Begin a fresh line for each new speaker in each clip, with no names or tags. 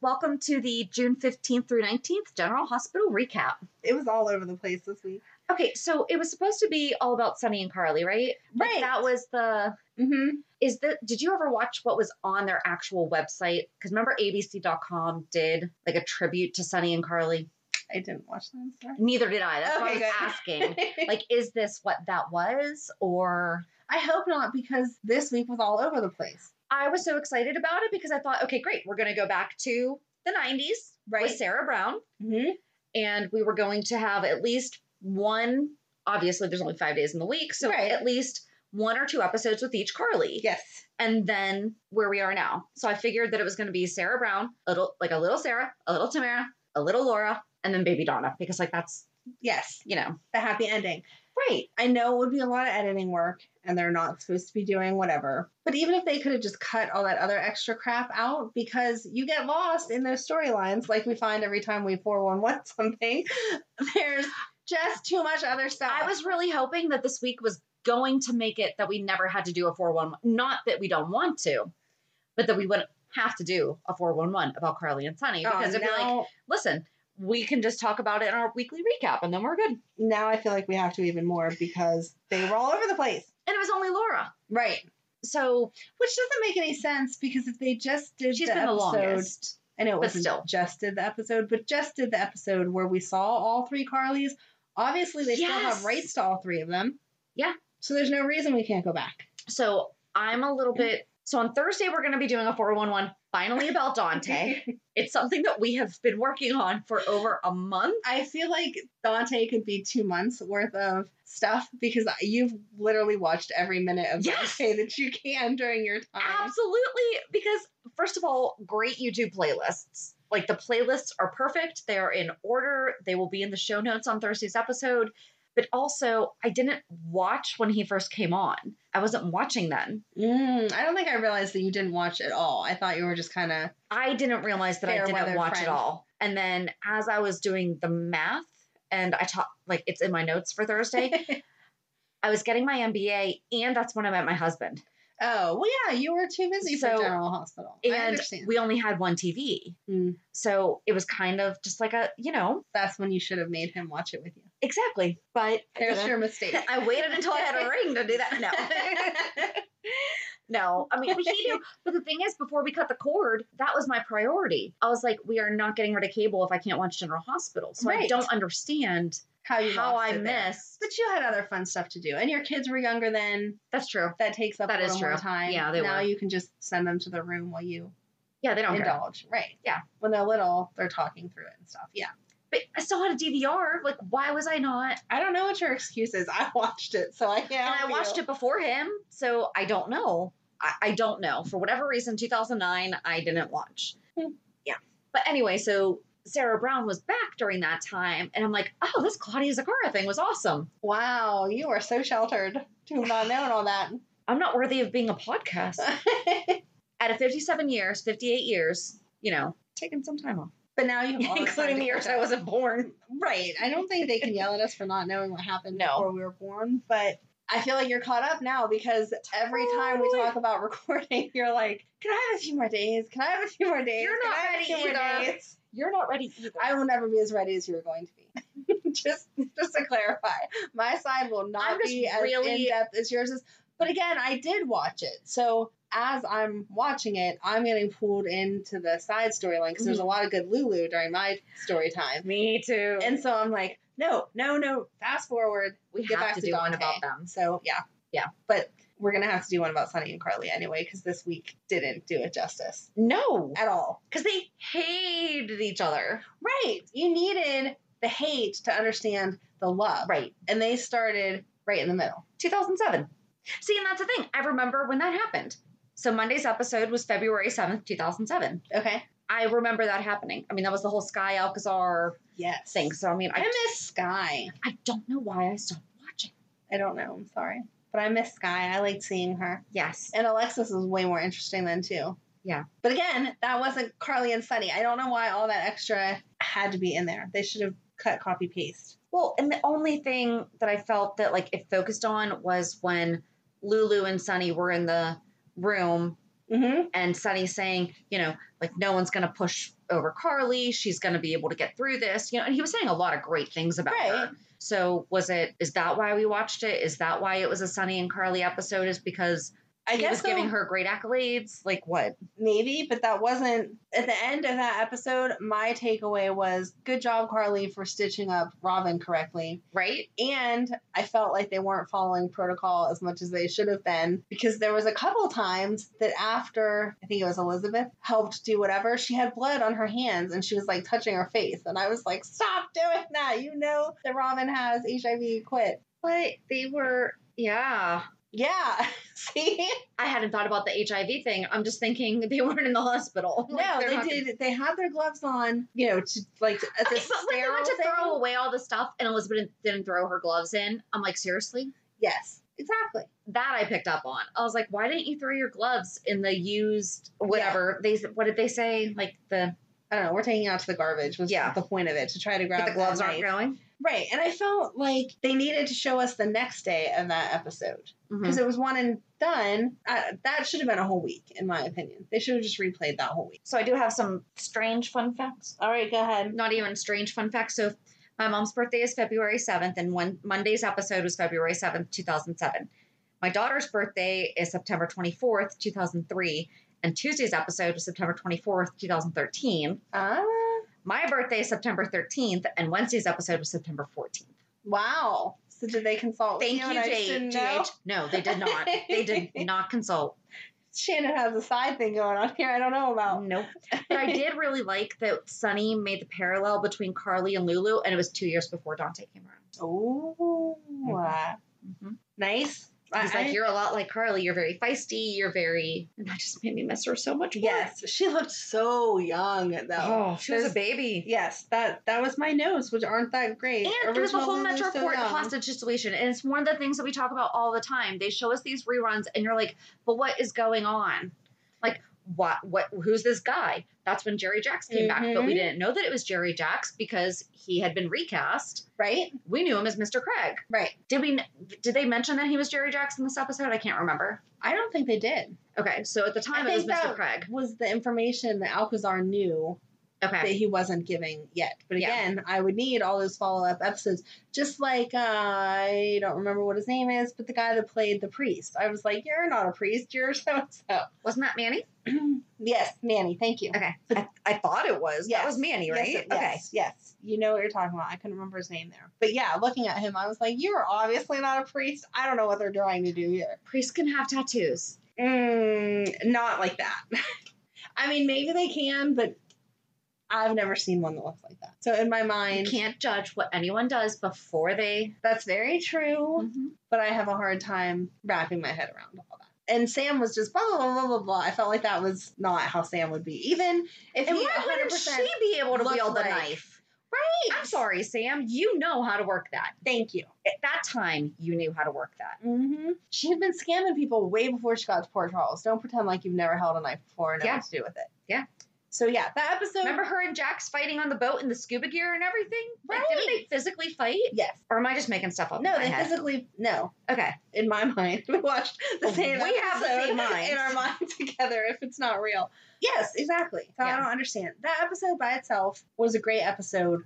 Welcome to the June 15th through 19th General Hospital recap.
It was all over the place this week.
Okay, so it was supposed to be all about Sunny and Carly, right? Like,
Right.
that was the
Mm-hmm.
is that did you ever watch what was on their actual website because remember abc.com did like a tribute to sunny and carly
I didn't watch that. I'm sorry.
neither did i that's what i
Okay,
was
good.
asking like is this what that was or
I hope not because this week was all over the place.
i was so excited about it because i thought okay great we're going to go back to the 90s
Right.
with sarah brown
Mm-hmm.
and we were going to have at least one obviously there's only five days in the week so
Right.
at least one or two episodes with each carly
Yes.
and then where we are now. So I figured that it was going to be Sarah Brown, a little like a little Sarah, a little Tamara, a little Laura, and then baby Donna because like that's
Yes.
you know
The happy ending.
right.
I know it would be a lot of editing work and they're not supposed to be doing whatever. But even if they could have just cut all that other extra crap out because you get lost in those storylines like we find every time we 411 something, there's just too much other stuff.
I was really hoping that this week was going to make it that we never had to do a four one. Not that we don't want to, but that we wouldn't have to do a four one one about Carly and Sunny
Oh,
because it'd be like,
now,
listen, we can just talk about it in our weekly recap and then we're good.
now I feel like we have to even more because they were all over the place.
And it was only Laura,
Right.
so
Which doesn't make any sense because if they just did
she's
the
been the
episode,
longest.
I know it
but
wasn't
still.
just did the episode, but just did the episode where we saw all three Carlys. Obviously, they still
Yes.
have rights to all three of them.
Yeah.
So there's no reason we can't go back.
So I'm a little bit. So on Thursday, we're going to be doing a 411 finally about Dante. it's something that we have been working on for over a month.
I feel like Dante could be two months worth of stuff because you've literally watched every minute of
Yes.
Dante that you can during your time.
Absolutely. Because, first of all, great YouTube playlists. Like the playlists are perfect, they are in order, they will be in the show notes on Thursday's episode. But also, I didn't watch when he first came on. I wasn't watching then.
Mm, I don't think I realized that you didn't watch at all. I thought you were just kind of
I didn't realize that
Fair
I didn't
weather
watch
friend.
it all. And then as I was doing the math, and I taught like it's in my notes for Thursday, I was getting my MBA, and that's when I met my husband.
Oh, well, yeah, you were too busy for
So-
General Hospital. I
And
understand.
we only had one TV.
Mm.
So it was kind of just like a, you know,
That's when you should have made him watch it with you.
exactly. But
There's your mistake.
I waited until I had a ring to do that. No, I mean, he knew. But the thing is, before we cut the cord, that was my priority. I was like, we are not getting rid of cable if I can't watch General Hospital. So I
Right.
don't understand
how you
how
lost
I
it there.
missed.
But you had other fun stuff to do, and your kids were younger then.
That's true.
That takes up
That
a
is
little more
true.
time.
Yeah, they
now
were.
you can just send them to the room while you
Yeah, they don't care.
indulge. Right.
Yeah.
When they're little, they're talking through it and stuff. Yeah.
But I still had a DVR. Like, why was I not?
I don't know what your excuse is. I watched it, so I can't.
and I
help
watched
you.
it before him, so I don't know. I, I don't know. For whatever reason, 2009, I didn't watch.
Hmm.
Yeah. But anyway, so Sarah Brown was back during that time, and I'm like, oh, this Claudia Zagara thing was awesome.
Wow, you are so sheltered to have not known all that.
I'm not worthy of being a podcast. Out of 57 years, 58 years, you know, taking some time off,
but now you have all this time
including
to
the years
catch
I
up.
wasn't born.
Right. I don't think they can yell at us for not knowing what happened
No.
before we were born, but I feel like you're caught up now because every time we
Totally.
talk about recording, you're like, "Can I have a few more days? Can I have a few more days?
You're
Can
not
I have a
ready
few more
either.
days?"
You're not ready either.
I will never be as ready as you were going to be. just, just to clarify, my side will
I'm
not
just
be as
really-
in depth as yours is. But again, I did watch it, so as I'm watching it, I'm getting pulled into the side storyline because there's a lot of good Lulu during my story time.
Mm-hmm. Me too.
And so I'm like, no, no, no, fast forward.
we
Get
have
back
to
to
do one
Dante.
about them.
So yeah,
Yeah.
But we're gonna have to do one about Sonny and Carly anyway, because this week didn't do it justice
No,
at all.
because they hated each other.
Right. You needed the hate to understand the love.
Right.
And they started right in the middle.
2007. See, and that's the thing. I remember when that happened. So Monday's episode was February 7th, 2007.
Okay.
I remember that happening. I mean, that was the whole Sky Alcazar
Yes.
thing. So, I mean,
I
I,
miss Sky.
I don't know why I stopped watching.
I don't know. I'm sorry. But I miss Sky. I liked seeing her.
Yes.
And Alexis was way more interesting then too.
Yeah.
But again, that wasn't Carly and Sunny. I don't know why all that extra had to be in there. They should have cut copy paste.
Well, and the only thing that I felt that like it focused on was when Lulu and Sunny were in the room
Mm-hmm.
and Sunny saying, you know, like no one's going to push over Carly. She's going to be able to get through this. You know, and he was saying a lot of great things about
Right.
her. So was it? Is that why we watched it? Is that why it was a Sunny and Carly episode? Is because
I
he
guess
was giving
so.
her great accolades? Like what?
maybe, but that wasn't at the end of that episode. My takeaway was good job, Carly, for stitching up Robin correctly.
Right?
And I felt like they weren't following protocol as much as they should have been because there was a couple times that after I think it was Elizabeth helped do whatever, she had blood on her hands and she was like touching her face, and I was like, stop doing that. You know that Robin has HIV. Quit.
But they were. Yeah.
Yeah. See.
I hadn't thought about the HIV thing. I'm just thinking they weren't in the hospital. Like,
no,
they're
they
not-
did. They had their gloves on, you know, to like at the
But when they went
sterile
to throw
thing.
away all the stuff and Elizabeth didn't throw her gloves in, I'm like, seriously?
Yes, exactly.
that I picked up on. I was like, why didn't you throw your gloves in the used whatever they what did they say? Like the
I don't know. We're taking it out to the garbage was
Yeah.
the point of it to try to grab
but the gloves
that
aren't
knife.
going.
right. And I felt like they needed to show us the next day of that episode
Mm-hmm.
because it was one and done. I, that should have been a whole week, in my opinion. They should have just replayed that whole week.
So I do have some strange fun facts.
All right, go ahead.
Uh, Not even strange fun facts. So my mom's birthday is February seventh, and one Monday's episode was February seventh, two thousand seven. My daughter's birthday is September twenty fourth, two thousand three, and Tuesday's episode was September twenty fourth, two thousand thirteen.
Ah,
My birthday is September thirteenth, and Wednesday's episode was September fourteenth.
wow. So did they consult?
Thank
and
you,
I just
J-
didn't
GH.
know?
No, they did not. They did not consult.
Shannon has a side thing going on here. I don't know about.
Nope. But I did really like that Sunny made the parallel between Carly and Lulu, and it was two years before Dante came around.
Oh, uh,
Mhm.
nice.
He's
I-
like, You're a lot like Carly. You're very feisty. You're very. And that just made me miss her so much more.
yes, she looked so young though.
Oh, she was
Those-
a baby.
Yes, that that was my notes, which aren't that
And
great.
it was the
Original
whole
Lulu's
Metro
so
Court
young.
hostage situation. And it's one of the things that we talk about all the time. They show us these reruns, and you're like, but what is going on? Like, what, what, who's this guy? That's when Jerry Jacks came back, but we
Mhm.
didn't know that it was Jerry Jacks because he had been recast.
right?
We knew him as Mr. Craig.
Right.
Did we, did they mention that he was Jerry Jacks in this episode? I can't remember.
I don't think they did.
Okay. So at the time, it was Mr.
think that
Craig.
was the information that Alcazar knew that
Okay.
he wasn't giving yet. But
Yeah.
again, I would need all those follow up episodes. Just like uh, I don't remember what his name is, but the guy that played the priest, I was like, "You're not a priest, you're so and so."
Wasn't that Manny?
Yes, Nanny, thank you.
Okay. I, I thought it was.
Yes.
That was Manny,
Yes,
right?
it- Yes, yes. You know what you're talking about. I couldn't remember his name there. But yeah, looking at him, I was like, you are obviously not a priest. I don't know what they're trying to do here.
Priests can have tattoos.
Mm, not like that. I mean, maybe they can, but I've never seen one that looks like that. So in my
You
mind,
can't judge what anyone does before they.
that's very true,
Mm-hmm.
but I have a hard time wrapping my head around all that. And Sam was just blah blah blah blah blah. blah. I felt like that was not how Sam would be. Even if
And
he
why wouldn't
100%
she be able to
looked
wield the
like-
knife?
Right.
I'm sorry, Sam. You know how to work that.
Thank you.
At that time, you knew how to work that.
hmm She had been scamming people way before she got to Port Charles. Don't pretend like you've never held a knife before and know
Yeah.
what to do with it.
Yeah.
So yeah, that episode.
Remember her and Jax fighting on the boat in the scuba gear and everything? Like, didn't
Right.
they physically fight?
Yes.
Or am I just making stuff up?
No,
in my
they
head?
physically no.
Okay.
In my mind, we watched the same.
We have the
episode
same minds.
in our mind together. If it's not real, yes, exactly. So I
Yeah.
don't understand. That episode by itself was a great episode,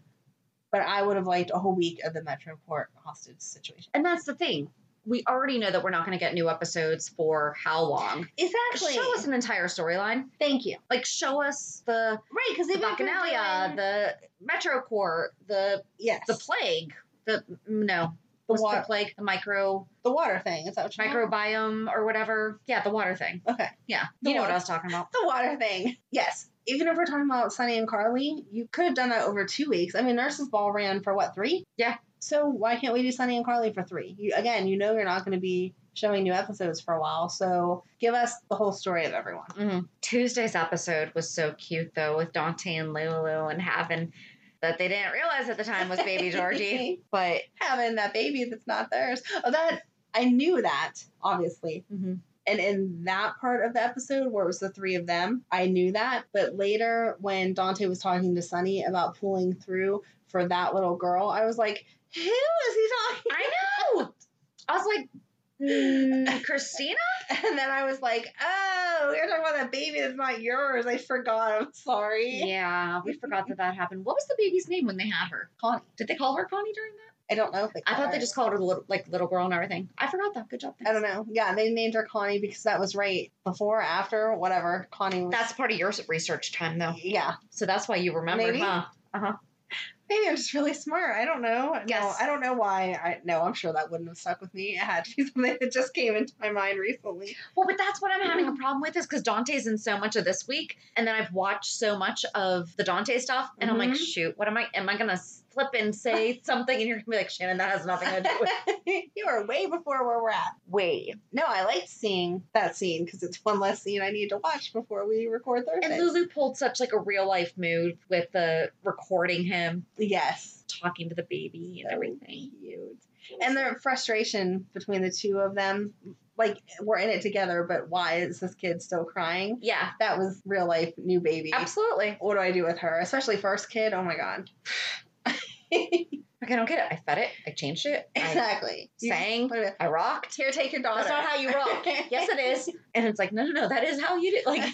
but I would have liked a whole week of the Metro Court hostage situation.
And that's the thing. We already know that we're not going to get new episodes for how long.
Exactly.
Show us an entire storyline.
Thank you.
Like, show us the,
Right, because
the
even if you're
Bacchanalia,
doing-
the Metro Corps, the
yes,
the plague, the mm, no,
The
what's
water-
the plague, the micro
the water thing. Is that what you meant?
microbiome or whatever. Yeah, the water thing.
Okay.
Yeah,
The
you know what
water.
I was talking about.
the water thing. Yes. Even if we're talking about Sunny and Carly, you could have done that over two weeks. I mean, Nurses Ball ran for what, three?
Yeah.
So why can't we do Sunny and Carly for three? You, again, you know you're not going to be showing new episodes for a while. So give us the whole story of everyone.
Mhm. Tuesday's episode was so cute though, with Dante and Lulu and having that they didn't realize at the time was baby Georgie, but
Having that baby that's not theirs. Oh, that, I knew that, obviously.
Mm-hmm.
And in that part of the episode where it was the three of them, I knew that. But later, when Dante was talking to Sunny about pulling through for that little girl, I was like, who is he talking
I know. I was like, mm, Christina.
And then I was like, oh, you're talking about that baby that's not yours. I forgot. I'm sorry.
Yeah, we forgot that that happened. What was the baby's name when they had her?
Connie.
Did they call her Connie during that?
I don't know if they
I
call
thought they
her.
just called her the little, like little girl and everything. I forgot that. Good job.
Uh, I don't know. Yeah, they named her Connie because that was right before, after, whatever. Connie was.
That's part of your research time though,
yeah.
so that's why you remembered,
Maybe.
huh? Uh huh.
Maybe I'm just really smart. I don't know.
Yes.
No, I don't know why. I No, I'm sure that wouldn't have stuck with me. It had to be something that just came into my mind recently.
Well, but that's what I'm having a problem with is because Dante's in so much of this week, and then I've watched so much of the Dante stuff, and I'm like,
Mhm.
shoot, what am I? Am I gonna slip and say something, and you're gonna be like, Shannon, that has nothing to do with
you are way before where we're at.
way.
No, I liked seeing that scene because it's one less scene I need to watch before we record Thursday.
And Lulu pulled such like a real life mood with the recording him
yes.
talking to the baby and
So
everything.
Cute. And the frustration between the two of them, like we're in it together, but why is this kid still crying?
Yeah,
That was real life new baby.
absolutely.
What do I do with her? Especially first kid. Oh my god.
Like I don't get it. I fed it. I changed it. I
exactly. You just
sang.
put it-
I rocked.
Here, take your daughter.
That's not how you rock. yes, it is. And it's like, no, no, no. That is how you do. Like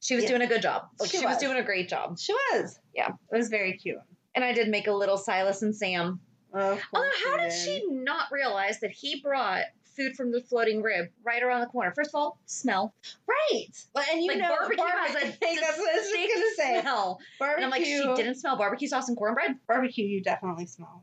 she was
Yeah.
doing a good job. Like
She
she, was
was.
doing a great job.
She was.
Yeah.
It was very cute.
And I did make a little Silas and Sam.
Of
Although,
course
Oh, how did
did.
she not realize that he brought food from the floating rib right around the corner? First of all, smell.
Right. Well, and you
like
know,
barbecue has a
barbe- that's what I was just
distinct
gonna say.
smell.
Barbecue.
And I'm like, she didn't smell barbecue sauce and cornbread.
Barbecue, you definitely smell.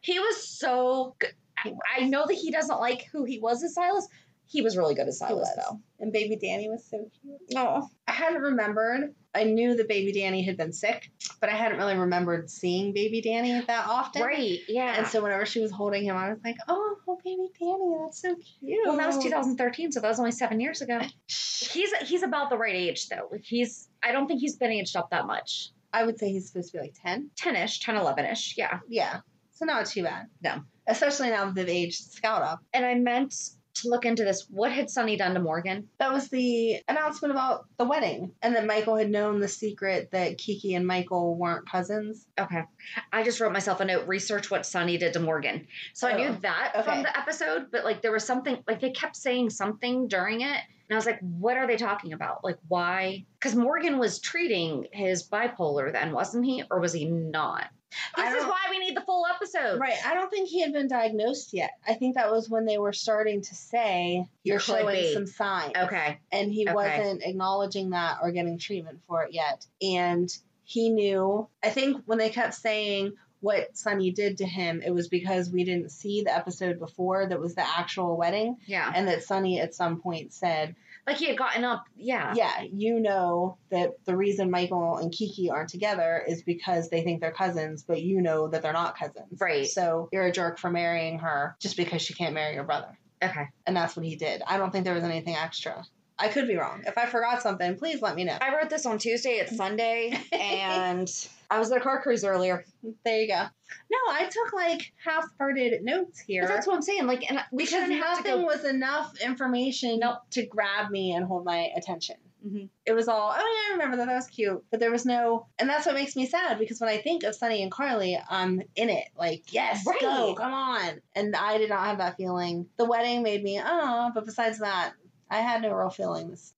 He was so good. I, I know that he doesn't like who he was as Silas. He was really good as
He
Silas,
was.
though.
And baby Danny was so cute.
Oh,
I hadn't remembered. I knew that baby Danny had been sick, but I hadn't really remembered seeing baby Danny that often.
right. Yeah.
And so whenever she was holding him, I was like, oh, oh, baby Danny, that's so cute.
Well, that was 2013, so that was only seven years ago. He's he's about the right age though. Like, He's I don't think he's been aged up that much.
I would say he's supposed to be like 10.
10ish, 10, 11ish, yeah.
Yeah. So not too bad.
No.
Especially now that they've aged Scout up.
And I meant to look into this. What had Sonny done to Morgan?
That was the announcement about the wedding and that Michael had known the secret that Kiki and Michael weren't cousins.
Okay, I just wrote myself a note. Research what Sonny did to Morgan. So I
Oh,
knew that
okay.
from the episode, but like there was something like they kept saying something during it, and I was like, what are they talking about? Like why? Because Morgan was treating his bipolar then, wasn't he, or was he not?
I
This is
don't-
why we need the full episode.
Right. I don't think he had been diagnosed yet. I think that was when they were starting to say you're
Could
showing
be.
some signs.
Okay.
And he
Okay.
wasn't acknowledging that or getting treatment for it yet. And he knew, I think when they kept saying what Sonny did to him, it was because we didn't see the episode before that was the actual wedding
Yeah.
and that Sonny at some point said,
Like he had gotten up. Yeah.
yeah, you know that the reason Michael and Kiki aren't together is because they think they're cousins, but you know that they're not cousins.
Right.
So you're a jerk for marrying her just because she can't marry your brother.
Okay.
And that's what he did. I don't think there was anything extra. I could be wrong. If I forgot something, please let me know.
I wrote this on Tuesday. It's Sunday, and I was at a car cruise earlier.
There you go. No, I took like half-hearted notes here.
But that's what I'm saying. Like, and I- we
because
shouldn't have to
nothing
go.
was enough information
Nope.
to grab me and hold my attention.
Mhm.
It was all, oh yeah, I remember that. That was cute. But there was no, and that's what makes me sad because when I think of Sunny and Carly, I'm in it. Like, yes,
Right.
go, come on. And I did not have that feeling. The wedding made me, oh, but besides that, I had no real feelings.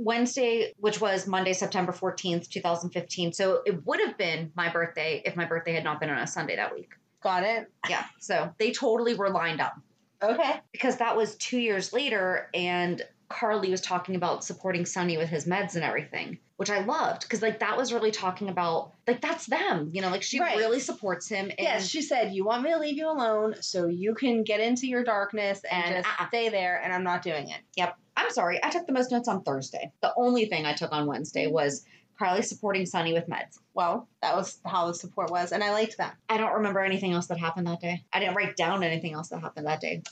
Wednesday, which was Monday, September 14th, 2015. So it would have been my birthday if my birthday had not been on a Sunday that week.
Got it?
Yeah. So they totally were lined up
Okay.
because that was two years later. And Carly was talking about supporting Sonny with his meds and everything, which I loved because, like, that was really talking about, like, that's them, you know, like she
Right.
really supports him. And
Yes, she said, You want me to leave you alone so you can get into your darkness and,
And,
just
uh-uh.
stay there, and I'm not doing it.
Yep. I'm sorry. I took the most notes on Thursday. The only thing I took on Wednesday
Mm-hmm.
was Carly supporting Sonny with meds.
Well, that was how the support was, and I liked that.
I don't remember anything else that happened that day. I didn't write down anything else that happened that day.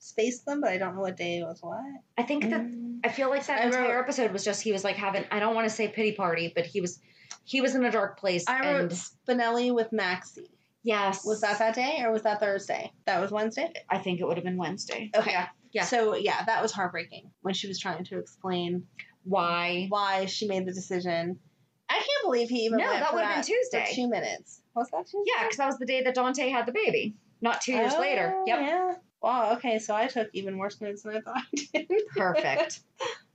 spaced them, but I don't know what day it was what.
I think that I feel like that
Mm. I wrote-
entire episode was just he was like having I don't want to say pity party, but he was he was in a dark place.
I wrote
and
Spinelli with Maxie.
yes,
Was that that day or was that Thursday? That was Wednesday.
I think it would have been Wednesday.
Okay.
Yeah. Yeah.
So yeah, that was heartbreaking when she was trying to explain
Why?
why she made the decision. I can't believe he even
No,
went
that
for
would've been
that for
Tuesday.
two minutes. Was that Tuesday?
Yeah, because that was the day that Dante had the baby. Not two years
Oh,
later. Yep.
Yeah. Wow. Okay. So I took even worse notes than I thought I did.
Perfect.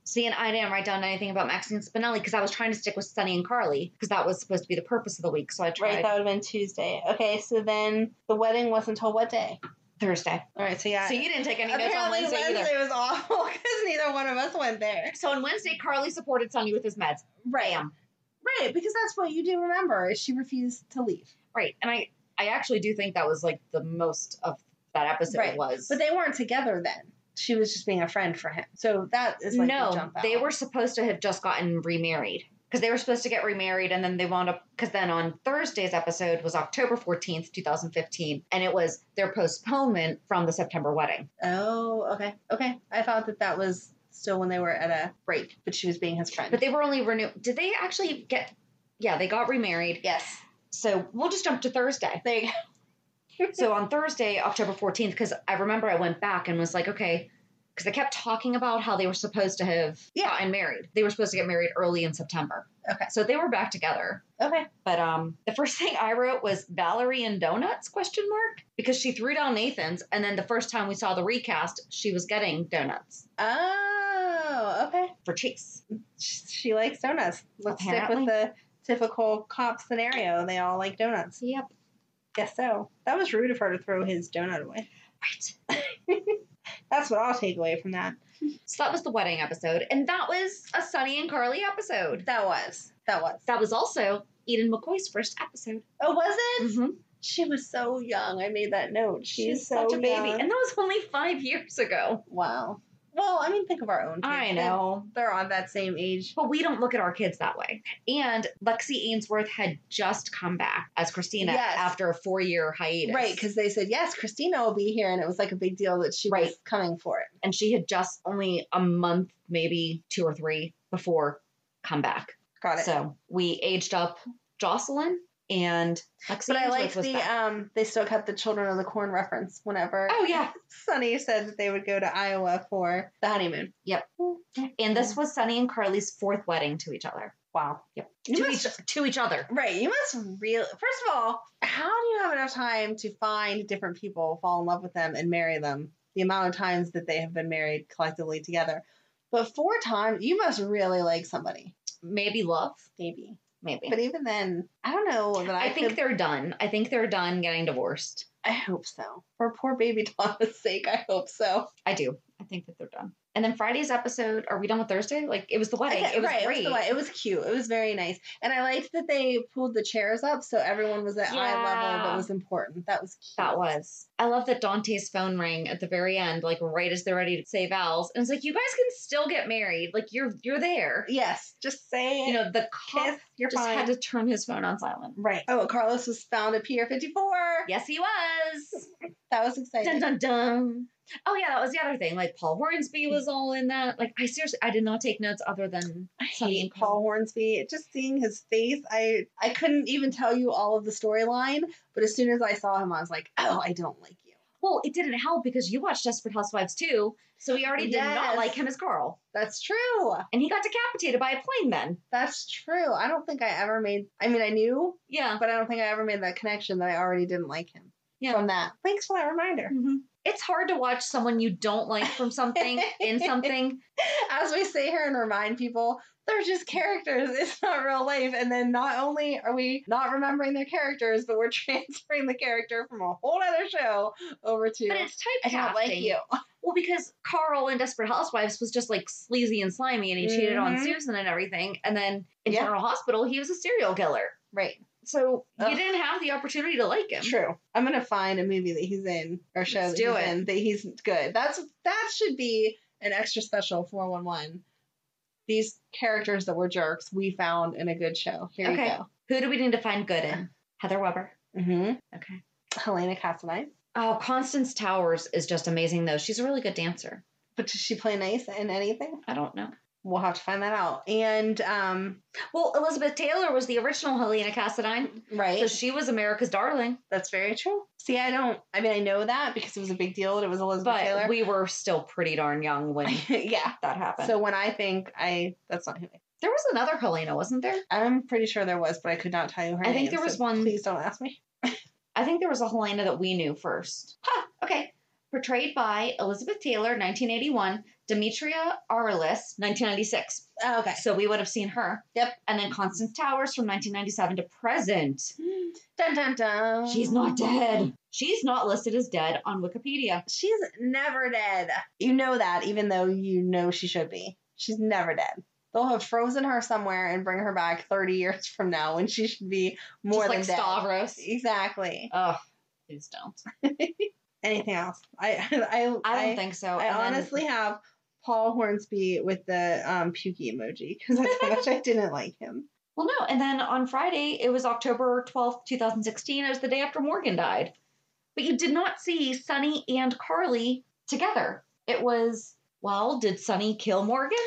See, and I didn't write down anything about Maxine Spinelli because I was trying to stick with Sunny and Carly because that was supposed to be the purpose of the week. So I tried
Right, that would have been Tuesday. Okay, so then the wedding wasn't until what day?
Thursday.
All right, so yeah.
So you didn't take any notes on
Apparently
Wednesday, either.
was awful because neither one of us went there.
So on Wednesday, Carly supported Sunny with his meds.
Right.
Bam.
Right, because that's what you do remember is she refused to leave.
Right. And I, I actually do think that was like the most of that episode
Right.
was.
But they weren't together then. She was just being a friend for him. So that is like the
no,
jump out.
they were supposed to have just gotten remarried because they were supposed to get remarried and then they wound up because then on Thursday's episode was October 14th, 2015, and it was their postponement from the September wedding.
Oh, okay, okay. I thought that that was still when they were at a break, but she was being his friend.
But they were only renewed. Did they actually get? Yeah, they got remarried.
yes,
So we'll just jump to Thursday.
they
so on Thursday, October 14th, because I remember I went back and was like, okay, because they kept talking about how they were supposed to have
Yeah.
gotten married. They were supposed to get married early in September.
Okay.
So they were back together.
okay.
But um, the first thing I wrote was Valerie and donuts question mark because she threw down Nathan's, and then the first time we saw the recast, she was getting donuts
Oh, okay.
for Chase.
She, she likes donuts. Let's
Apparently.
stick with the typical cop scenario. They all like donuts.
Yep.
Guess so. That was rude of her to throw his donut away.
Right.
That's what I'll take away from that.
So that was the wedding episode, and that was a Sunny and Carly episode.
That was. That was.
That was also Eden McCoy's first episode.
Oh, was it?
Mm-hmm.
She was so young. I made that note. She's, so
such a baby,
young.
and that was only five years ago.
wow. Well, I mean, think of our own. Kids.
I know.
They're on that same age.
But we don't look at our kids that way. And Lexi Ainsworth had just come back as Christina
Yes.
after a four-year hiatus,
Right, because they said, yes, Christina will be here. And it was like a big deal that she was
Right.
coming for it.
and she had just only a month, maybe two or three before comeback.
Got it.
So we aged up Jocelyn and Lexi.
but I
Ainsworth
like
was
the,
back.
um, they still kept the Children of the Corn reference whenever
oh yeah,
Sunny said that they would go to Iowa for the honeymoon.
yep. And this was Sunny and Carly's fourth wedding to each other. Wow. Yep.
You
to each
must-
to each other.
Right. You must really, first of all, how do you have enough time to find different people, fall in love with them, and marry them? The amount of times that they have been married collectively together. But four times, you must really like somebody,
Maybe love.
maybe.
Maybe.
But even then, I don't know that I,
I think
could-
they're done. I think they're done getting divorced.
I hope so. For poor baby Donna's sake, I hope so.
I do. I I think that they're done. And then Friday's episode, are we done with Thursday? Like it was the
I
wedding.
get-
it was
right,
great.
It was, the way- it was cute. It was very nice, and I liked that they pulled the chairs up so everyone was at eye level.
Yeah.
That was important. That was cute.
that was. I love that Dante's phone rang at the very end, like right as they're ready to say vows. And it's like, you guys can still get married. Like you're you're there.
yes. Just saying.
You know, the cop
kiss. You're
just
fine.
had to turn his phone on silent.
right. Oh, Carlos was found at Pier 54.
Yes, he was.
That was
Dun
exciting.
dun dun. Oh yeah, that was the other thing. Like Paul Hornsby was all in that. Like I seriously, I did not take notes other than
I
Sonny
hate
and
Paul Hornsby. Just seeing his face, I I couldn't even tell you all of the storyline. But as soon as I saw him, I was like, oh, I don't like you.
Well, it didn't help because you watched Desperate Housewives too, so we already did not
Yes.
like him as Carl,
That's true.
and he got decapitated by a plane. Then
That's true. I don't think I ever made. I mean, I knew,
yeah,
but I don't think I ever made that connection that I already didn't like him.
Yeah.
From that. Thanks for that reminder.
hmm it's hard to watch someone you don't like from something in something.
As we say here and remind people, they're just characters. It's not real life. And then not only are we not remembering their characters, but we're transferring the character from a whole other show over to.
But it's
I
typecasting.
don't like you.
Well, because Carl in Desperate Housewives was just like sleazy and slimy, and he cheated on
Mhm.
Susan and everything. And then in
Yeah.
General Hospital, he was a serial killer.
Right.
So you
Ugh.
didn't have the opportunity to like him.
True. I'm gonna find a movie that he's in or show
Let's
that
do
he's
it.
in that he's good. That's that should be an extra special 411. These characters that were jerks we found in a good show. Here
Okay.
you
Who do we need to find good in? Heather Weber.
go. hmm
Okay.
Helena Castanite.
Oh, Constance Towers is just amazing though. She's a really good dancer.
But does she play nice in anything?
I don't know.
We'll have to find that out. And um,
Well, Elizabeth Taylor was the original Helena Cassadine.
right,
So she was America's darling,
that's very true. See, I don't. I mean, I know that because it was a big deal that it was Elizabeth
but
Taylor.
we were still pretty darn young when
yeah.
that happened.
So when I think I, that's not who. I,
there was another Helena, wasn't there?
I'm pretty sure there was, but I could not tell you her.
I think
name,
there
so
was one-
Please don't ask me.
I think there was a Helena that we knew first. Huh, okay. Portrayed by Elizabeth Taylor, 1981, Demetria Arliss, 1996.
Oh, okay.
So we would have seen her.
Yep.
And then Constance Towers from 1997 to present.
Dun dun dun.
She's not
Oh.
dead. She's not listed as dead on Wikipedia.
She's never dead. You know that, even though you know she should be. She's never dead. They'll have frozen her somewhere and bring her back 30 years from now when she should be more
Just
than
like
dead.
Stavros.
Exactly.
Oh, please don't.
Anything else? I I
I don't think so.
I
And then-
honestly have Paul Hornsby with the um, pukey emoji because that's how much I didn't like him.
well, no. And then on Friday, it was October 12th, 2016. It was the day after Morgan died. But you did not see Sonny and Carly together. It was, well, did Sonny kill Morgan?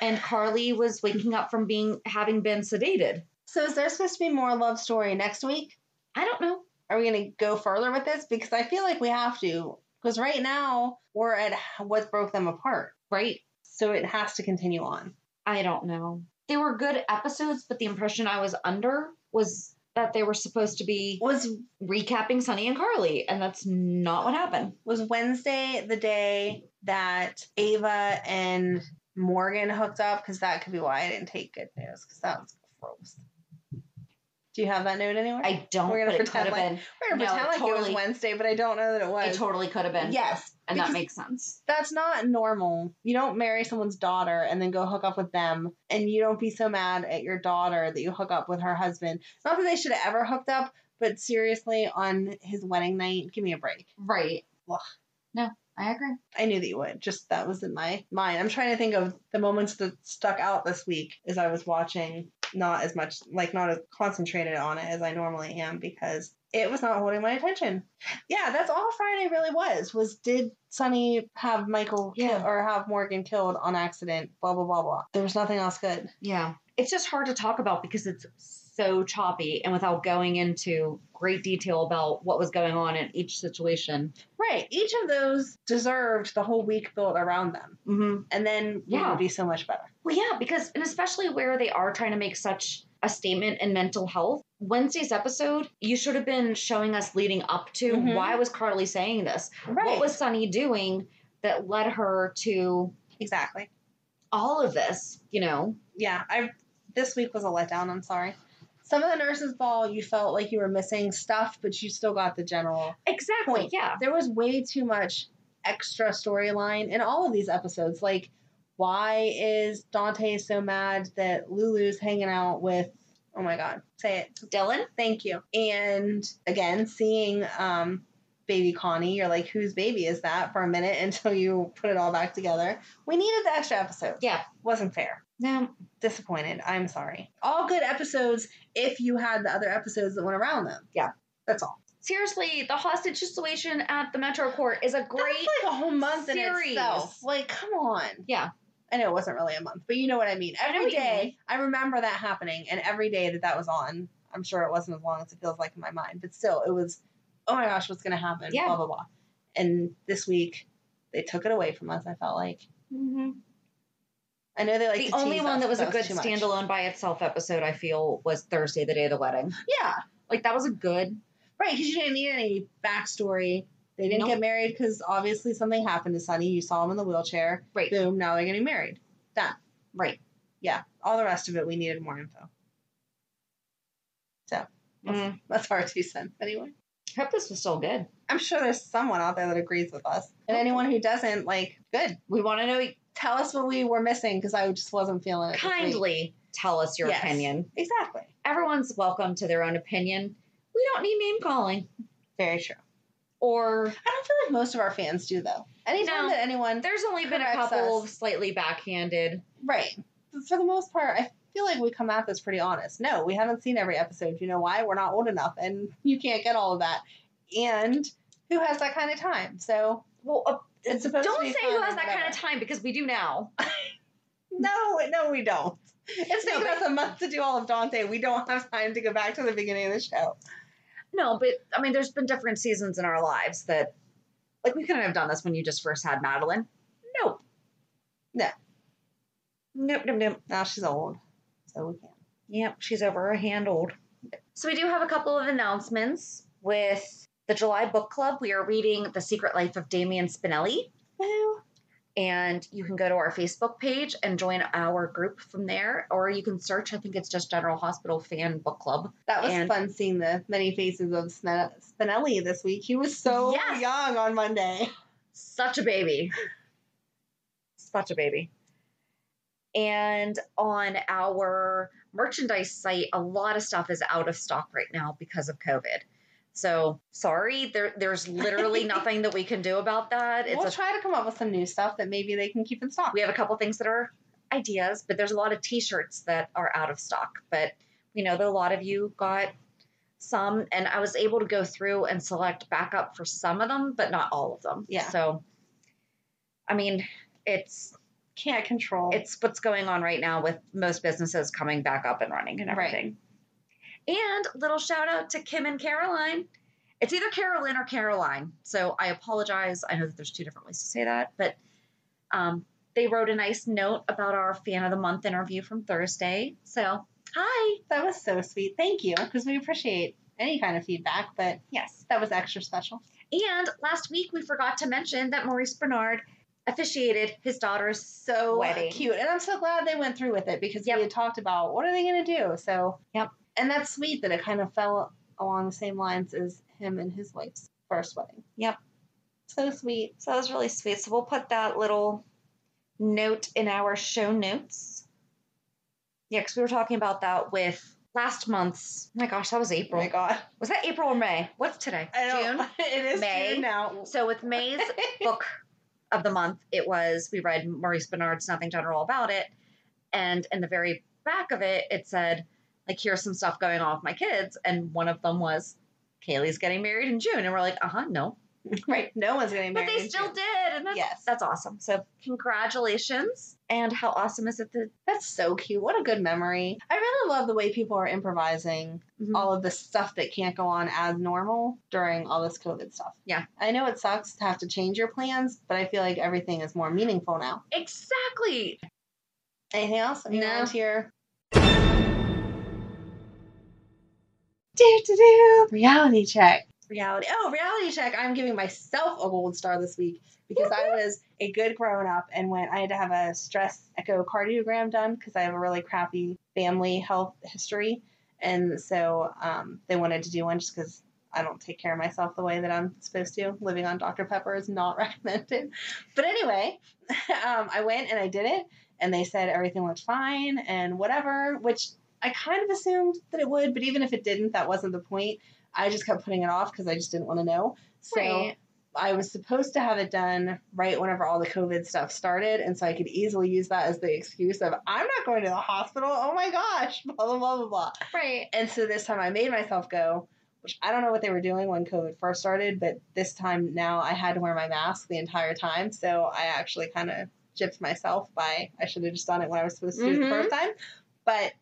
And Carly was waking up from being having been sedated.
So is there supposed to be more love story next week?
I don't know.
are we going to go further with this? Because I feel like we have to. Because right now we're at what broke them apart.
Right?
So it has to continue on.
I don't know. They were good episodes, but the impression I was under was that they were supposed to be
Was
recapping Sonny and Carly, and that's not what happened.
was Wednesday the day that Ava and Morgan hooked up? Because that could be why I didn't take good news. Because that was gross. Do you have that note anywhere?
I don't.
We're gonna
but it could
pretend
have
like-
been.
we're gonna
no,
pretend like it
totally.
was Wednesday, but I don't know that it was.
It totally could have been.
Yes,
and
because
that makes sense.
that's not normal. You don't marry someone's daughter and then go hook up with them, and you don't be so mad at your daughter that you hook up with her husband. Not that they should have ever hooked up, but seriously, on his wedding night, give me a break.
Right.
Ugh.
No, I agree.
I knew that you would. Just that was in my mind. I'm trying to think of the moments that stuck out this week as I was watching, not as much, like not as concentrated on it as I normally am because it was not holding my attention. Yeah, that's all Friday really was. Was did Sunny have Michael kill-
Yeah.
or have Morgan killed on accident? Blah blah blah blah. There was nothing else good.
Yeah. It's just hard to talk about because it's so choppy and without going into great detail about what was going on in each situation.
Right. Each of those deserved the whole week built around them,
Mm-hmm.
and then it
Yeah.
would be so much better.
Well, yeah, because, and especially where they are trying to make such a statement in mental health. Wednesday's episode, you should have been showing us leading up to
Mhm.
why was Carly saying this? What was Sunny doing that led her to
exactly.
all of this, you know?
yeah, I this week was a letdown. I'm sorry. Some of the nurses' ball, you felt like you were missing stuff, but you still got the general.
Exactly.
Point.
Yeah.
There was way too much extra storyline in all of these episodes. Like, why is Dante so mad that Lulu's hanging out with? Oh my God, say it.
Dylan?
Thank you. And again, seeing um, baby Connie, you're like, whose baby is that for a minute until you put it all back together. We needed the extra episode.
Yeah.
Wasn't fair.
No.
Disappointed. I'm sorry. All good episodes if you had the other episodes that went around them.
Yeah.
That's all.
Seriously, the hostage situation at the Metro Court is a great.
That's like a whole month in
series.
itself. Like, come on.
Yeah.
I know it wasn't really a month, but you know what I mean.
I know
Every
what you
day,
mean.
I remember that happening, and every day that that was on, I'm sure it wasn't as long as it feels like in my mind, but still, it was, oh my gosh, what's going to happen?
Yeah.
Blah, blah, blah. And this week, they took it away from us, I felt like. I know they like
the
to
only
tease
one
us,
that was a
but
good
too much.
standalone by itself episode, I feel, was Thursday, the day of the wedding.
Yeah,
Like, that was a good.
right, because you didn't need any backstory. They didn't
Nope.
get married because obviously something happened to Sonny. You saw him in the wheelchair.
Right.
Boom, now they're getting married. Done.
Right.
yeah, all the rest of it, we needed more info. So that's,
Mm.
that's our two cents anyway.
Hope this was still good.
I'm sure there's someone out there that agrees with us. And anyone who doesn't, like, good.
We want to know
Tell us what we were missing because I just wasn't feeling it. this week.
kindly tell us your
Yes.
opinion.
Exactly.
Everyone's welcome to their own opinion. We don't need name calling
Very true.
or
I don't feel like most of our fans do, though. Anytime
No.
that anyone.
There's only been a
Corrects
couple
us.
slightly backhanded.
Right. For the most part, I feel like we come at this pretty honest. No, we haven't seen every episode. You know why? We're not old enough and you can't get all of that. And who has that kind of time? So
Well, uh,
it's supposed to
don't
be
say
fun
who has
and
that kind
whatever.
of time because we do now.
No, no, we don't. It's
No,
taken
but-
us a month to do all of Dante. We don't have time to go back to the beginning of the show.
No, but I mean, there's been different seasons in our lives that, like, we couldn't have done this when you just first had Madeline. Nope.
No.
Nope, nope, nope.
Now she's old, so we can't.
Yep, she's over her hand old. So we do have a couple of announcements with the July Book Club. We are reading The Secret Life of Damien Spinelli. And you can go to our Facebook page and join our group from there, or you can search. I think it's just General Hospital Fan Book Club.
That was
And-
fun seeing the many faces of Sne- Spinelli this week. He was so
Yes.
young on Monday.
Such a baby. Such a baby. And on our merchandise site, a lot of stuff is out of stock right now because of COVID. So sorry, there, there's literally nothing that we can do about that. It's
we'll
a-
try to come up with some new stuff that maybe they can keep in stock.
we have a couple things that are ideas, but there's a lot of t-shirts that are out of stock. But we know that a lot of you got some, and I was able to go through and select backup for some of them, but not all of them.
Yeah.
So, I mean, it's
can't control.
it's what's going on right now with most businesses coming back up and running and
Right.
everything. And little shout out to Kim and Caroline. It's either Carolyn or Caroline. So I apologize. I know that there's two different ways to say that, but um, they wrote a nice note about our fan of the month interview from Thursday. So hi.
that was so sweet. Thank you, because we appreciate any kind of feedback. But
Yes.
that was extra special.
And last week we forgot to mention that Maurice Bernard officiated his daughter's
so uh,
Wedding.
cute. And I'm so glad they went through with it because
Yep.
we had talked about what are they going to do. So,
Yep.
And that's sweet that it kind of fell along the same lines as him and his wife's first wedding.
Yep.
So sweet.
So that was really sweet. So we'll put that little note in our show notes. Yeah, because we were talking about that with last month's. my gosh, that was
Oh
April.
my God.
Was that April or May? What's today?
I don't-
June.
It is
May.
June now.
So with May's book of the month, it was we read Maurice Bernard's Nothing General about it, and in the very back of it, it said like here's some stuff going on with my kids, and one of them was Kaylee's getting married in June, and we're like, uh huh, no,
right. No one's getting
but
married.
they
in
still
June.
did, and that's
Yes.
that's awesome. So congratulations! And how awesome is it that
That's so cute. What a good memory. I really love the way people are improvising all of the stuff that can't go on as normal during all this COVID stuff.
Yeah.
I know it sucks to have to change your plans, but I feel like everything is more meaningful now.
exactly?
Anything else? Anyone
No.
else here?
Do do do.
Reality check. Reality. Oh, reality check. I'm giving myself a gold star this week because I was a good grown up and went, I had to have a stress echocardiogram done because I have a really crappy family health history. And so um, they wanted to do one just because I don't take care of myself the way that I'm supposed to. Living on Dr. Pepper is not recommended. But anyway, um, I went and I did it, and they said everything looked fine and whatever, which I kind of assumed that it would. But even if it didn't, that wasn't the point. I just kept putting it off because I just didn't want to know. So
Right.
I was supposed to have it done right whenever all the COVID stuff started. And so I could easily use that as the excuse of, I'm not going to the hospital. Oh my gosh, blah, blah, blah, blah, blah.
Right.
And so this time I made myself go, which I don't know what they were doing when COVID first started, but this time now I had to wear my mask the entire time. So I actually kind of gypped myself by, I should have just done it when I was supposed to do it
Mhm.
the first time. But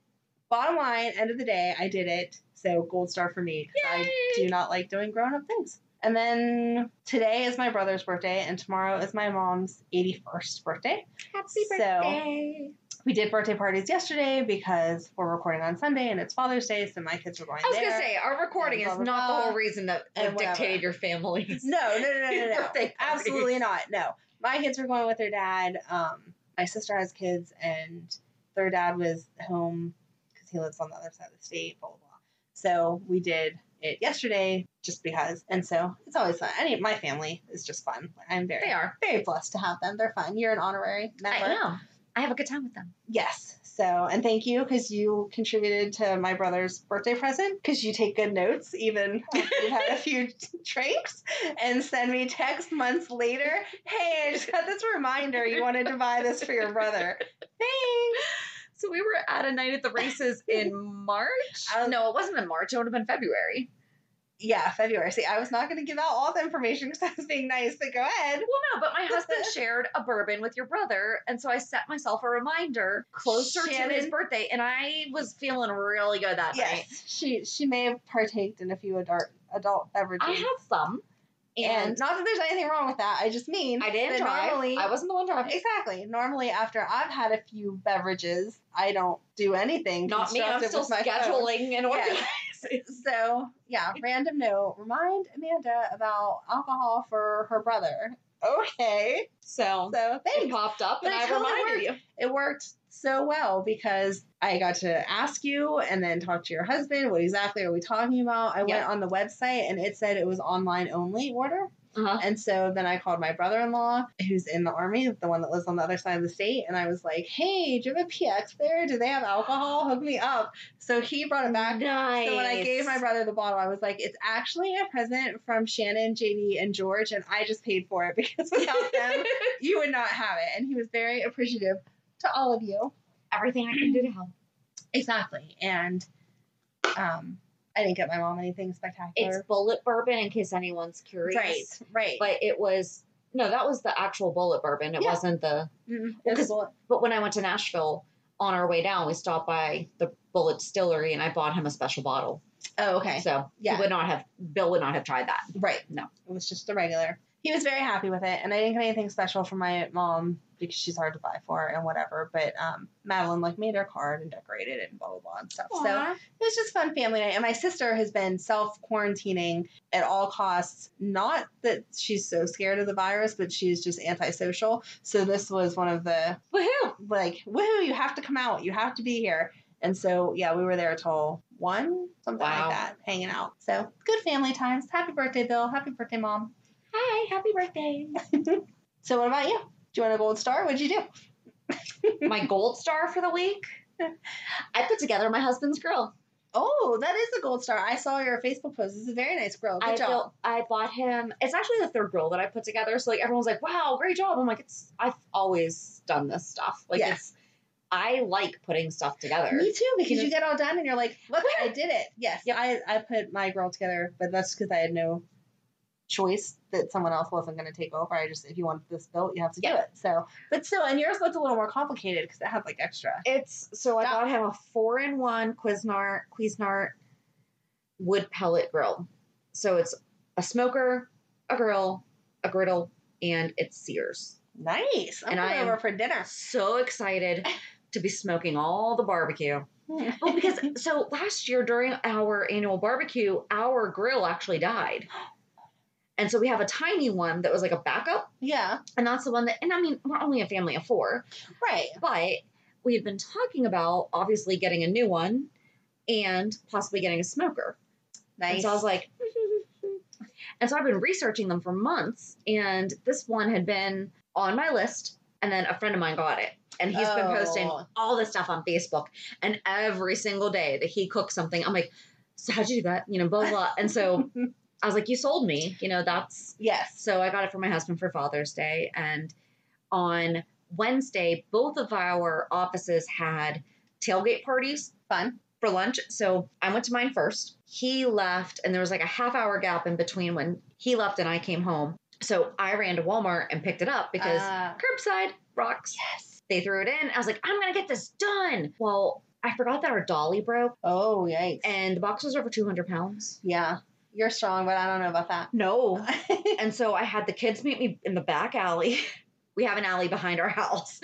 bottom line, end of the day, I did it. So gold star for me because I
Yay!
do not like doing grown up things. And then today is my brother's birthday, and tomorrow is my mom's 81st birthday.
Happy
So-
birthday.
We did birthday parties yesterday because we're recording on Sunday and it's Father's Day, so my kids were going
I was
there.
going to say, our recording
and
is
blah, blah,
not the
blah,
whole reason that
and
that dictated
whatever.
your families.
No, no, no, no, no, no.
Birthday parties.
Absolutely not. No. My kids were going with their dad. Um, my sister has kids, and their dad was home because he lives on the other side of the state, blah, blah, blah. So we did it yesterday just because. And so it's always fun. I mean, my family is just fun. I'm very,
They are.
very blessed to have them. They're fun. You're an honorary member.
I know. I have a good time with them.
Yes. So, and thank you because you contributed to my brother's birthday present because you take good notes even after you've had a few drinks and send me text months later. Hey, I just got this reminder you wanted to buy this for your brother. Thanks.
So we were at a night at the races in March.
Um,
no, it wasn't in March. It would have been February.
Yeah, February. See, I was not going to give out all the information because I was being nice, but go
Well,
ahead.
no, but my husband shared a bourbon with your brother, and so I set myself a reminder closer to his
Shannon.
birthday, and I was feeling really good that night.
Yes, she she may have partaked in a few adult adult beverages.
I had some,
and,
and
not that there's anything wrong with that. I just mean
I didn't
that
drive.
normally-
I wasn't the one driving.
Exactly. Normally, after I've had a few beverages, I don't do anything.
Not me. I'm
constructive
still
with my phone.
scheduling and organizing.
So, yeah, random note. Remind Amanda about alcohol for her brother. Okay.
So,
So,
it
thanks.
popped up,
But
and
it
I
totally
reminded you.
It worked so well because I got to ask you and then talk to your husband. What exactly are we talking about? I went
Yeah.
on the website and it said it was online only order.
Uh-huh.
And so then I called my brother in law, who's in the army, the one that lives on the other side of the state, and I was like, Hey, do you have a PX there? Do they have alcohol? Hook me up. So he brought it back.
Nice.
So when I gave my brother the bottle, I was like, It's actually a present from Shannon, JD, and George, and I just paid for it because without them, you would not have it. And he was very appreciative to all of you.
everything I can do to help.
Exactly. And um, I didn't get my mom anything
It's
spectacular.
bullet bourbon, in case anyone's curious.
right, right.
But it was no, that was the actual bullet bourbon. It
Yeah.
wasn't the.
Mm,
Well, 'cause-
well,
But when I went to Nashville on our way down, we stopped by the Bullet Distillery, and I bought him a special bottle.
oh, okay.
So
Yeah.
he would not have Bill would not have tried that.
Right.
No.
It was just the regular. He was very happy with it, and I didn't get anything special for my mom because she's hard to buy for and whatever. But um, Madeline like made her card and decorated it and blah blah blah and stuff. So
Aw.
it was just fun family night. And my sister has been self quarantining at all costs. Not that she's so scared of the virus, but she's just antisocial. So this was one of the
woohoo!
like woohoo! You have to come out. You have to be here. And so yeah, we were there till one something
Wow.
like that, hanging out. So good family times. Happy birthday, Bill. Happy birthday, mom.
Hi, happy birthday!
So what about you? Do you want a gold star? What'd you do?
my gold star for the week. I put together my husband's grill.
Oh, that is a gold star. I saw your Facebook post. It's a very nice grill. Good
I
job.
built, I bought him. It's actually the third grill that I put together. So like everyone's like, "Wow, great job!" I'm like, "It's I've always done this stuff. Like
Yeah.
it's I like putting stuff together.
Me too, because you
Yes.
get all done and you're like, look, I did it. Yes, I, I put my grill together, but that's because I had no choice that someone else wasn't going to take over. I just, if you want this built, you have to do
Yeah.
it. So, but still, and yours looked a little more complicated because it had like extra.
It's so I
Stop.
bought him a four in one Cuisinart Cuisinart wood pellet grill. So it's a smoker, a grill, a griddle, and it's Sears.
Nice. I'm
And I
going
am-
over for dinner.
So excited to be smoking all the barbecue. Well, because so last year during our annual barbecue, our grill actually died. And so we have a tiny one that was like a backup.
yeah,
And that's the one that, and I mean, we're only a family of four,
right.
but we had been talking about obviously getting a new one and possibly getting a smoker.
Nice.
And so I was like, And so I've been researching them for months, and this one had been on my list, and then a friend of mine got it. And he's been
Oh.
posting all this stuff on Facebook, and every single day that he cooks something, I'm like, So how'd you do that? You know, blah, blah. blah. And so I was like, You sold me. You know, that's
Yes.
so I got it for my husband for Father's Day. And on Wednesday, both of our offices had tailgate parties
Fun.
for lunch. So I went to mine first. He left, and there was like a half hour gap in between when he left and I came home. So I ran to Walmart and picked it up because
Ah.
curbside rocks. Yes. They threw it in. I was like, I'm going to get this done. Well, I forgot that our dolly broke,
Oh, yikes.
and the box was over 200 pounds.
yeah. You're strong, but I don't know about that.
No. and so I had the kids meet me in the back alley. We have an alley behind our house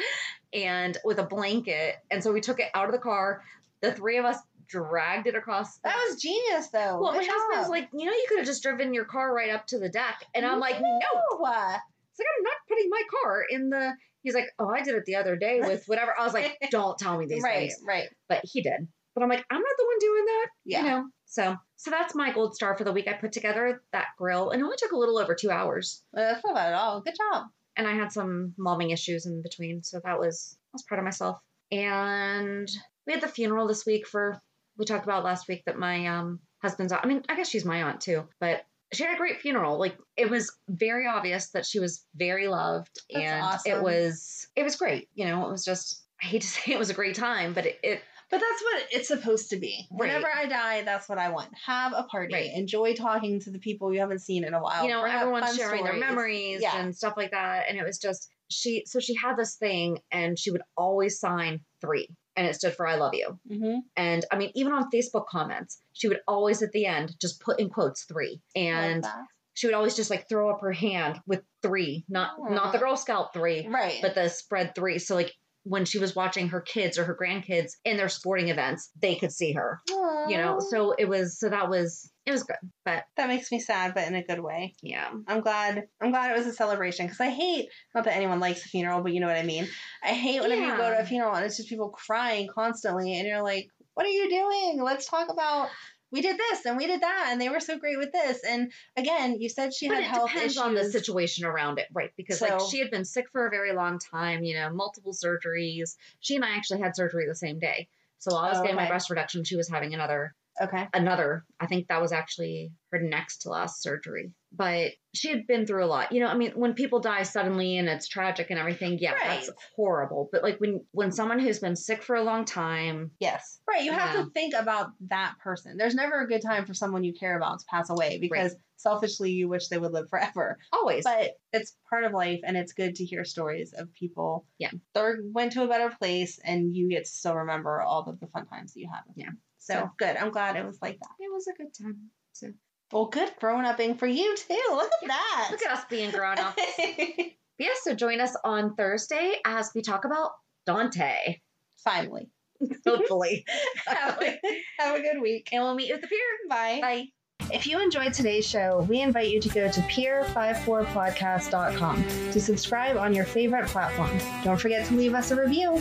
and with a blanket. And so we took it out of the car. The three of us dragged it across. the-
that was genius, though.
well, my
Oh, Good
husband was
job.
like, you know, you could have just driven your car right up to the deck. And I'm like, no.
Uh,
It's like, I'm not putting my car in the. He's like, oh, I did it the other day with whatever. I was like, don't tell me these
right,
things.
right.
But he did. But I'm like, I'm not the one doing that
Yeah.
you know so so that's my gold star for the week i put together that grill and it only took a little over two hours
Well, that's not bad at all. Good job.
and i had some momming issues in between so that was i was proud of myself and we had the funeral this week for we talked about last week that my um husband's aunt i mean i guess she's my aunt too but she had a great funeral like it was very obvious that she was very loved
That's
and it
awesome.
was it was great you know it was just i hate to say it was a great time but it, it
But that's what it's supposed to be.
Right.
Whenever I die, that's what I want. Have a party.
Right.
Enjoy talking to the people you haven't seen in a while.
you know,
Bring up
everyone's
Oh, fun
sharing their
stories.
memories
Yeah.
and stuff like that. And it was just she so she had this thing and she would always sign three and it stood for I love you.
hmm
And I mean, even on Facebook comments, she would always at the end just put in quotes three. And she would always just like throw up her hand with three, not not the
Aw.
Girl Scout three,
right.
but the spread three. So like when she was watching her kids or her grandkids in their sporting events, they could see her. You know,
Aw.
so it was so that was it was good. But
that makes me sad, but in a good way.
yeah.
I'm glad. I'm glad it was a celebration because I hate not that anyone likes a funeral, but you know what I mean. I hate whenever you go to
Yeah.
a funeral and it's just people crying constantly, and you're like, "What are you doing? Let's talk about." We did this and we did that, and they were so great with this. And again, you said she
but
had
it
health
depends
issues.
on the situation around it, right? Because like
So-
she had been sick for a very long time, you know, multiple surgeries. She and I actually had surgery the same day. So while I was
Oh,
getting my
okay.
breast reduction, she was having another
Okay.
another. I think that was actually her next to last surgery. But she had been through a lot. You know, I mean, when people die suddenly and it's tragic and everything, yeah, that's
Right.
horrible. But like when when someone who's been sick for a long time,
Yes. Right. You have
Yeah.
to think about that person. There's never a good time for someone you care about to pass away because selfishly you wish they would live forever.
always
But it's part of life and it's good to hear stories of people
Yeah.
that went to a better place and you get to still remember all of the fun times that you had. with
Yeah.
them. So, good. I'm glad it was like that.
it was a good time. So
Well, good grown upping for you too. Look at that.
look at us being grown up. yeah, so join us on Thursday as we talk about Dante.
Finally.
Hopefully.
have, a, have a good week.
and we'll meet you at the pier.
Bye.
Bye.
If you enjoyed today's show, we invite you to go to peer54podcast.com to subscribe on your favorite platform. Don't forget to leave us a review.